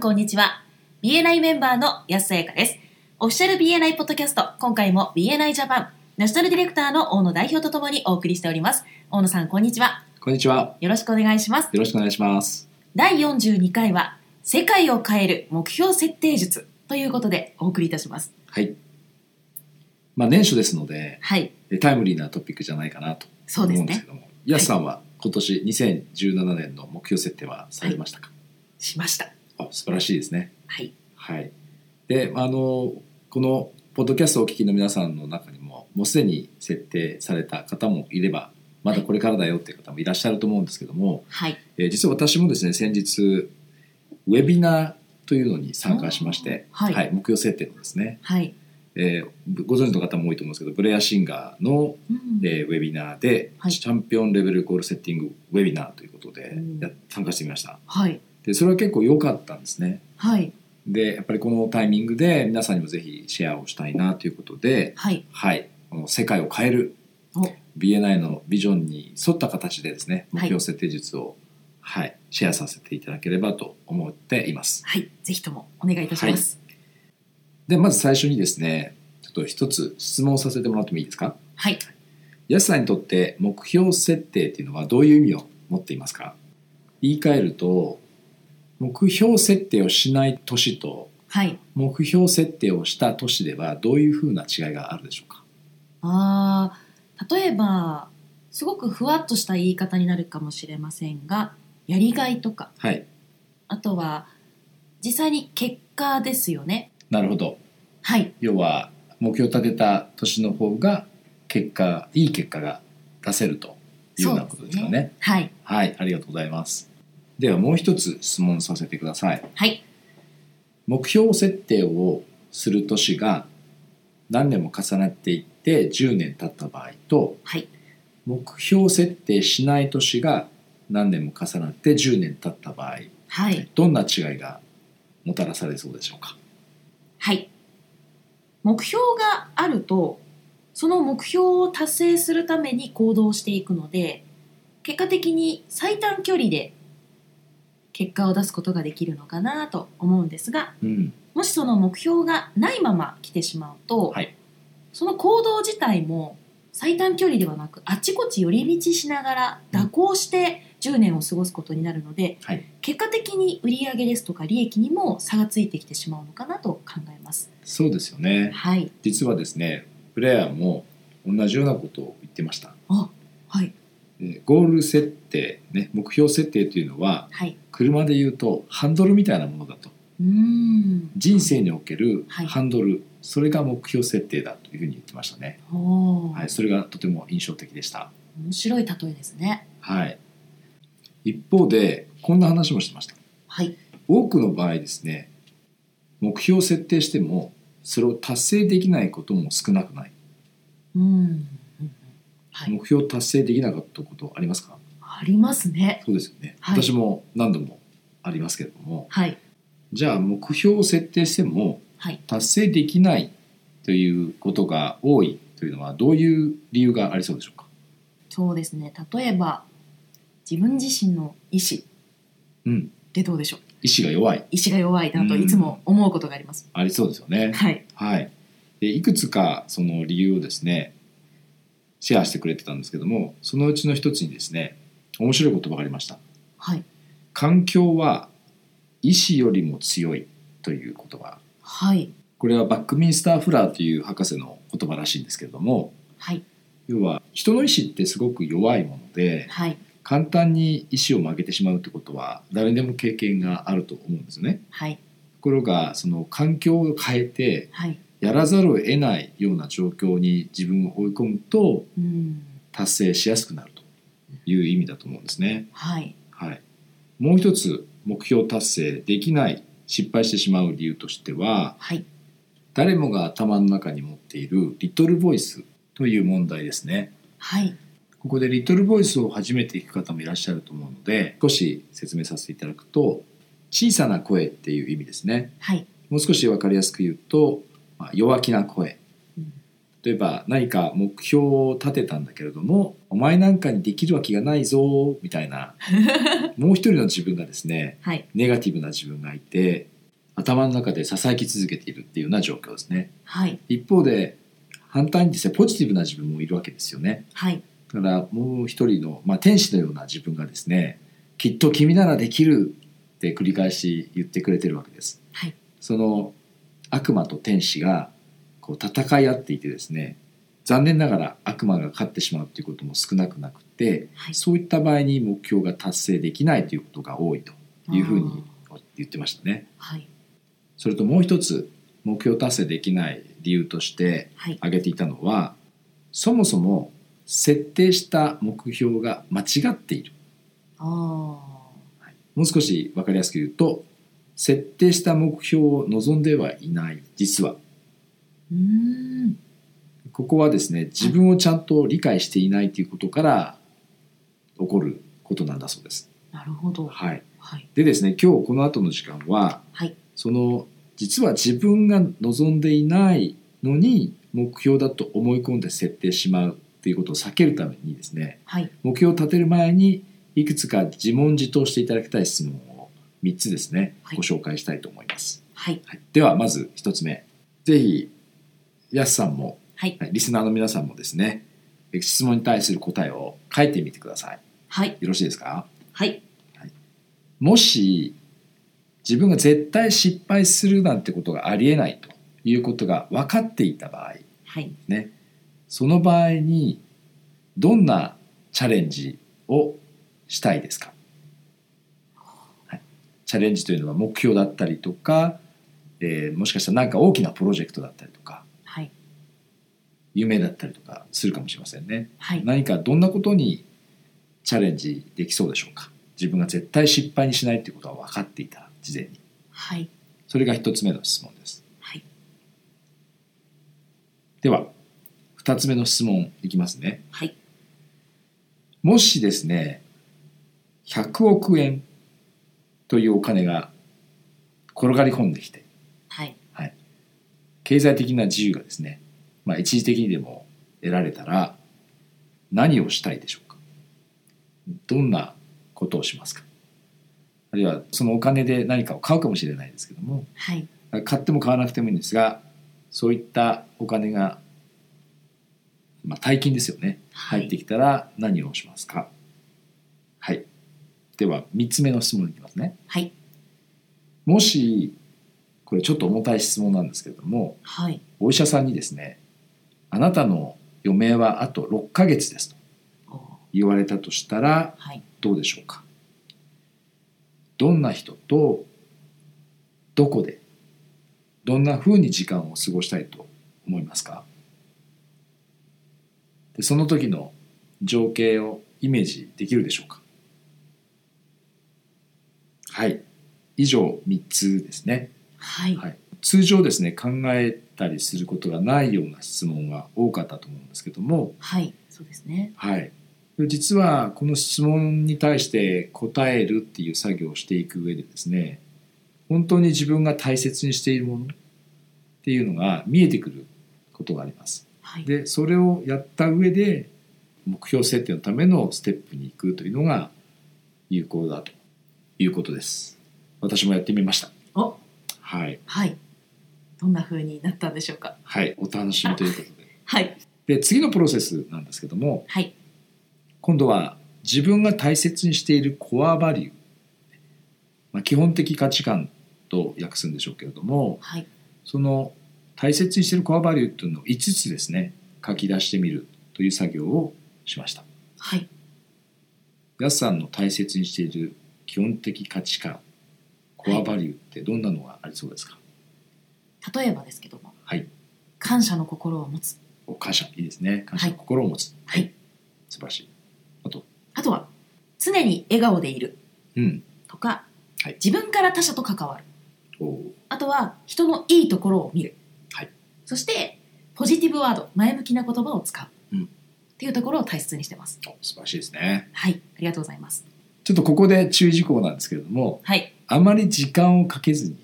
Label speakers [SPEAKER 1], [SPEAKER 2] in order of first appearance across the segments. [SPEAKER 1] こんにちは。BNI メンバーの安さやかです。オフィシャル BNI ポッドキャスト、今回も BNI ジャパン、ナショナルディレクターの大野代表とともにお送りしております。大野さん、こんにちは。
[SPEAKER 2] こんにちは。
[SPEAKER 1] よろしくお願いします。
[SPEAKER 2] よろしくお願いします。
[SPEAKER 1] 第42回は、世界を変える目標設定術ということでお送りいたします。
[SPEAKER 2] はい。まあ年初ですので、
[SPEAKER 1] はい、
[SPEAKER 2] えタイムリーなトピックじゃないかなと
[SPEAKER 1] そう
[SPEAKER 2] 思
[SPEAKER 1] で
[SPEAKER 2] う
[SPEAKER 1] す
[SPEAKER 2] んですけ
[SPEAKER 1] ね。
[SPEAKER 2] ども、ヤスさんは今年2017年の目標設定はされましたか。
[SPEAKER 1] しました。
[SPEAKER 2] あ、素晴らしいですね。
[SPEAKER 1] はい、
[SPEAKER 2] はい。で、あのこのポッドキャストをお聞きの皆さんの中にも、もうすでに設定された方もいれば、まだこれからだよっていう方もいらっしゃると思うんですけども、
[SPEAKER 1] はい、
[SPEAKER 2] えー実は私もですね、先日ウェビナーというのに参加しまして、
[SPEAKER 1] あーはい
[SPEAKER 2] はい、目標設定のですね。
[SPEAKER 1] はい。
[SPEAKER 2] えーご存知の方も多いと思うんですけどブレアシンガーの、
[SPEAKER 1] うん
[SPEAKER 2] えーウェビナーで、
[SPEAKER 1] はい
[SPEAKER 2] チャンピオンレベルゴールセッティングウェビナーということで、
[SPEAKER 1] うん
[SPEAKER 2] や参加してみました
[SPEAKER 1] はい、
[SPEAKER 2] でそれは結構良かったんですね
[SPEAKER 1] はい、
[SPEAKER 2] でやっぱりこのタイミングで皆さんにもぜひシェアをしたいなということで
[SPEAKER 1] はい。
[SPEAKER 2] はいこの世界を変える
[SPEAKER 1] お
[SPEAKER 2] BNI のビジョンに沿った形でですね
[SPEAKER 1] はい
[SPEAKER 2] 目標設定術を、はいシェアさせていただければと思っています
[SPEAKER 1] はい、ぜひともお願いいたします。
[SPEAKER 2] でまず最初にですねちょっと一つ質問させてもらってもいいですか
[SPEAKER 1] はい、
[SPEAKER 2] 安さんにとって目標設定っていうのはどういう意味を持っていますか言い換えると目標設定をしない年と
[SPEAKER 1] はい。
[SPEAKER 2] 目標設定をした年ではどういうふうな違いがあるでしょうか
[SPEAKER 1] あー例えばすごくふわっとした言い方になるかもしれませんがやりがいとか
[SPEAKER 2] はい
[SPEAKER 1] あとは実際に結果ですよね
[SPEAKER 2] なるほど
[SPEAKER 1] はい
[SPEAKER 2] 要は目標を立てた年の方が結果いい結果が出せるというようなことですかね
[SPEAKER 1] はい
[SPEAKER 2] はいありがとうございますではもう一つ質問させてください
[SPEAKER 1] はい
[SPEAKER 2] 目標設定をする年が何年も重なっていって10年経った場合と
[SPEAKER 1] はい
[SPEAKER 2] 目標設定しない年が何年も重なって10年経った場合
[SPEAKER 1] はい
[SPEAKER 2] どんな違いがもたらされそうでしょうか
[SPEAKER 1] はい目標があるとその目標を達成するために行動していくので結果的に最短距離で結果を出すことができるのかなと思うんですが
[SPEAKER 2] うん
[SPEAKER 1] もしその目標がないまま来てしまうと、
[SPEAKER 2] はい
[SPEAKER 1] その行動自体も最短距離ではなくあちこち寄り道しながら蛇行して10年を過ごすことになるので、
[SPEAKER 2] はい
[SPEAKER 1] 結果的に売上ですとか利益にも差がついてきてしまうのかなと考えます。
[SPEAKER 2] そうですよね
[SPEAKER 1] はい、
[SPEAKER 2] 実はですねプレイヤーも同じようなことを言ってました
[SPEAKER 1] はい、
[SPEAKER 2] えーゴール設定ね目標設定というのは
[SPEAKER 1] はい、
[SPEAKER 2] 車で言うとハンドルみたいなものだと
[SPEAKER 1] うーん
[SPEAKER 2] 人生における
[SPEAKER 1] はい
[SPEAKER 2] ハンドル、それが目標設定だというふうに言ってましたね、
[SPEAKER 1] おー
[SPEAKER 2] はい、それがとても印象的でした、
[SPEAKER 1] 面白い例えですね。
[SPEAKER 2] はい、一方でこんな話もしてました
[SPEAKER 1] はい、
[SPEAKER 2] 多くの場合ですね目標を設定してもそれを達成できないことも少なくない、
[SPEAKER 1] うーんうんうん、はい、
[SPEAKER 2] 目標を達成できなかったことありますか
[SPEAKER 1] ありますね。
[SPEAKER 2] そうですよね、
[SPEAKER 1] はい
[SPEAKER 2] 私も何度もありますけれども
[SPEAKER 1] はい、
[SPEAKER 2] じゃあ目標を設定しても
[SPEAKER 1] はい。
[SPEAKER 2] 達成できないということが多いというのはどういう理由がありそうでしょうか
[SPEAKER 1] そうですね例えば自分自身の意志
[SPEAKER 2] うん
[SPEAKER 1] でどうでしょう
[SPEAKER 2] 意志が弱い
[SPEAKER 1] 意志が弱いなと
[SPEAKER 2] うん
[SPEAKER 1] いつも思うことがあります、
[SPEAKER 2] ありそうですよね
[SPEAKER 1] はい
[SPEAKER 2] はいでいくつかその理由をですねシェアしてくれてたんですけどもそのうちの一つにですね面白い言葉がありました
[SPEAKER 1] はい
[SPEAKER 2] 環境は意志よりも強いという言葉
[SPEAKER 1] はい
[SPEAKER 2] これはバックミンスター・フラーという博士の言葉らしいんですけれども
[SPEAKER 1] はい
[SPEAKER 2] 要は人の意志ってすごく弱いもので
[SPEAKER 1] はい
[SPEAKER 2] 簡単に意志を曲げてしまうってことは誰にでも経験があると思うんですね。
[SPEAKER 1] はい
[SPEAKER 2] ところがその環境を変えて
[SPEAKER 1] はい
[SPEAKER 2] やらざるを得ないような状況に自分を追い込むと
[SPEAKER 1] うん
[SPEAKER 2] 達成しやすくなるという意味だと思うんですね。
[SPEAKER 1] はい
[SPEAKER 2] はい、もう一つ目標達成できない失敗してしまう理由としては
[SPEAKER 1] はい
[SPEAKER 2] 誰もが頭の中に持っているリトルボイスという問題ですね。
[SPEAKER 1] はい
[SPEAKER 2] ここでリトルボイスを初めて聞く方もいらっしゃると思うので少し説明させていただくと小さな声っていう意味ですね。
[SPEAKER 1] はい
[SPEAKER 2] もう少し分かりやすく言うと、まあ、弱気な声
[SPEAKER 1] うん
[SPEAKER 2] 例えば何か目標を立てたんだけれども「お前なんかにできるわけがないぞ」みたいなもう一人の自分がですね
[SPEAKER 1] はい
[SPEAKER 2] ネガティブな自分がいて頭の中で囁き続けているっていうような状況ですね
[SPEAKER 1] はい
[SPEAKER 2] 一方で反対にですねポジティブな自分もいるわけですよね
[SPEAKER 1] はい
[SPEAKER 2] だからもう一人の、まあ、天使のような自分がですねきっと君ならできるって繰り返し言ってくれてるわけです、
[SPEAKER 1] はい
[SPEAKER 2] その悪魔と天使がこう戦い合っていてですね残念ながら悪魔が勝ってしまうということも少なくなくて
[SPEAKER 1] はい
[SPEAKER 2] そういった場合に目標が達成できないということが多いというふうに言ってましたね。
[SPEAKER 1] あーはい
[SPEAKER 2] それともう一つ目標達成できない理由として
[SPEAKER 1] はい
[SPEAKER 2] 挙げていたのはそもそも設定した目標が間違っている
[SPEAKER 1] ああ
[SPEAKER 2] もう少し分かりやすく言うと設定した目標を望んではいない実は
[SPEAKER 1] うーん
[SPEAKER 2] ここはですね自分をちゃんと理解していないということから起こることなんだそうです。
[SPEAKER 1] なるほどは
[SPEAKER 2] はい、
[SPEAKER 1] い
[SPEAKER 2] でですね今日この後の時間は
[SPEAKER 1] はい
[SPEAKER 2] その実は自分が望んでいないのに目標だと思い込んで設定しまうっていうことを避けるためにですね
[SPEAKER 1] はい
[SPEAKER 2] 目標を立てる前にいくつか自問自答していただきたい質問を3つですね、
[SPEAKER 1] はい
[SPEAKER 2] ご紹介したいと思います、
[SPEAKER 1] はい
[SPEAKER 2] はい、ではまず1つ目ぜひやすさんも、
[SPEAKER 1] はい
[SPEAKER 2] はいリスナーの皆さんもですねえ質問に対する答えを書いてみてください
[SPEAKER 1] はい
[SPEAKER 2] よろしいですか
[SPEAKER 1] はい
[SPEAKER 2] もし自分が絶対失敗するなんてことがありえないということが分かっていた場合
[SPEAKER 1] はい
[SPEAKER 2] ねその場合にどんなチャレンジをしたいですか、はい、チャレンジというのは目標だったりとか、えーもしかしたら何か大きなプロジェクトだったりとか
[SPEAKER 1] はい
[SPEAKER 2] 夢だったりとかするかもしれませんね
[SPEAKER 1] はい
[SPEAKER 2] 何かどんなことにチャレンジできそうでしょうか自分が絶対失敗にしないということは分かっていた事前に
[SPEAKER 1] はい
[SPEAKER 2] それが一つ目の質問です
[SPEAKER 1] はい
[SPEAKER 2] では二つ目の質問いきますね
[SPEAKER 1] はい
[SPEAKER 2] もしですね100億円というお金が転がり込んできて
[SPEAKER 1] はい
[SPEAKER 2] 経済的な自由がですね、まあ、一時的にでも得られたら何をしたいでしょうかどんなことをしますかあるいはそのお金で何かを買うかもしれないですけども
[SPEAKER 1] はい
[SPEAKER 2] 買っても買わなくてもいいんですがそういったお金が、まあ、大金ですよね
[SPEAKER 1] は
[SPEAKER 2] 入って
[SPEAKER 1] い
[SPEAKER 2] きたら何をしますかはい、では3つ目の質問いきますね
[SPEAKER 1] はい
[SPEAKER 2] もしこれちょっと重たい質問なんですけれども
[SPEAKER 1] はい
[SPEAKER 2] お医者さんにですね「あなたの余命はあと6ヶ月です」と
[SPEAKER 1] おー
[SPEAKER 2] 言われたとしたら
[SPEAKER 1] はい
[SPEAKER 2] どうでしょうかどんな人とどこでどんな風に時間を過ごしたいと思いますかでその時の情景をイメージできるでしょうかはい以上3つですね
[SPEAKER 1] はい
[SPEAKER 2] はい、通常ですね考えたりすることがないような質問が多かったと思うんですけども、
[SPEAKER 1] はいそうですね
[SPEAKER 2] はい、実はこの質問に対して答えるっていう作業をしていく上でですね本当に自分が大切にしているものっていうのが見えてくることがあります。
[SPEAKER 1] はい
[SPEAKER 2] でそれをやった上で目標設定のためのステップに行くというのが有効だということです。私もやってみました。
[SPEAKER 1] お
[SPEAKER 2] はい、
[SPEAKER 1] はいどんな風になったんでしょうか
[SPEAKER 2] はい、お楽しみということで。
[SPEAKER 1] はい
[SPEAKER 2] で次のプロセスなんですけども
[SPEAKER 1] はい
[SPEAKER 2] 今度は自分が大切にしているコアバリュー、まあ、基本的価値観と訳すんでしょうけれども
[SPEAKER 1] はい
[SPEAKER 2] その大切にしているコアバリューっていうのを5つですね書き出してみるという作業をしました。
[SPEAKER 1] はい
[SPEAKER 2] やすさんの大切にしている基本的価値観コアバリューってどんなのがありそうですか、
[SPEAKER 1] 例えばですけども
[SPEAKER 2] はい
[SPEAKER 1] 感謝の心を持つ
[SPEAKER 2] お感謝いいですね感謝の心を持つ、
[SPEAKER 1] はい
[SPEAKER 2] 素晴らしい。
[SPEAKER 1] あとは常に笑顔でいる
[SPEAKER 2] うん、
[SPEAKER 1] とか、
[SPEAKER 2] はい
[SPEAKER 1] 自分から他者と関わる
[SPEAKER 2] おー
[SPEAKER 1] あとは人のいいところを見る、
[SPEAKER 2] はい
[SPEAKER 1] そしてポジティブワード前向きな言葉を使う、
[SPEAKER 2] うん
[SPEAKER 1] っていうところを大切にしてます
[SPEAKER 2] お素晴らしいですね。
[SPEAKER 1] はいありがとうございます
[SPEAKER 2] ちょっとここで注意事項なんですけれども
[SPEAKER 1] はい
[SPEAKER 2] あまり時間をかけずに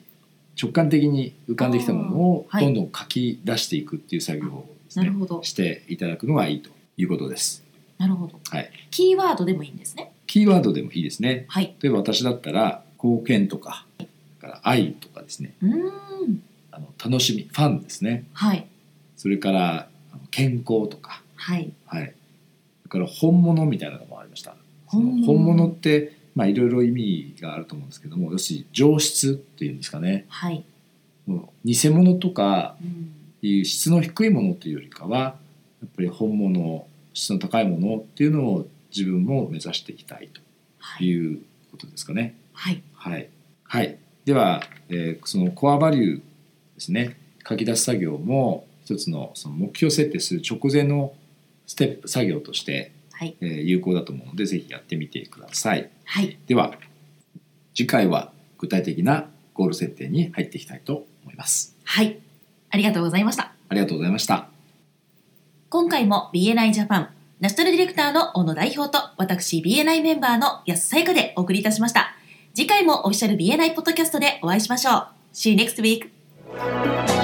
[SPEAKER 2] 直感的に浮かんできたものを
[SPEAKER 1] あーはい
[SPEAKER 2] どんどん書き出していくっていう作業をです
[SPEAKER 1] な
[SPEAKER 2] ね、
[SPEAKER 1] るほど
[SPEAKER 2] していただくのがいいということです。
[SPEAKER 1] なるほど、
[SPEAKER 2] はい
[SPEAKER 1] キーワードでもいいんですね
[SPEAKER 2] キーワードでもいいですね。
[SPEAKER 1] はい
[SPEAKER 2] 例えば私だったら貢献とかから愛とかですね
[SPEAKER 1] うーん
[SPEAKER 2] あの楽しみファンですね
[SPEAKER 1] はい
[SPEAKER 2] それからあの健康とか
[SPEAKER 1] はい
[SPEAKER 2] はいそれから本物みたいなのもありましたそ
[SPEAKER 1] 本
[SPEAKER 2] の
[SPEAKER 1] 物
[SPEAKER 2] 本物ってまあいろいろ意味があると思うんですけども要するに上質っていうんですかね
[SPEAKER 1] はい、
[SPEAKER 2] もう偽物とか
[SPEAKER 1] うん、
[SPEAKER 2] いう質の低いものというよりかはやっぱり本物質の高いものっていうのを自分も目指していきたい
[SPEAKER 1] は
[SPEAKER 2] と
[SPEAKER 1] い
[SPEAKER 2] いうことですかね。
[SPEAKER 1] はい
[SPEAKER 2] はい、はい、では、えーそのコアバリューですね書き出す作業も一つのその目標設定する直前のステップ作業として、
[SPEAKER 1] はい
[SPEAKER 2] えー有効だと思うのでぜひやってみてください。
[SPEAKER 1] はい
[SPEAKER 2] では次回は具体的なゴール設定に入っていきたいと思います。
[SPEAKER 1] はいありがとうございました
[SPEAKER 2] ありがとうございました。
[SPEAKER 1] 今回も BNI ジャパンナショナルディレクターの小野代表と私 BNI メンバーの安さゆかでお送りいたしました次回もオフィシャル BNI ポッドキャストでお会いしましょう See you next week!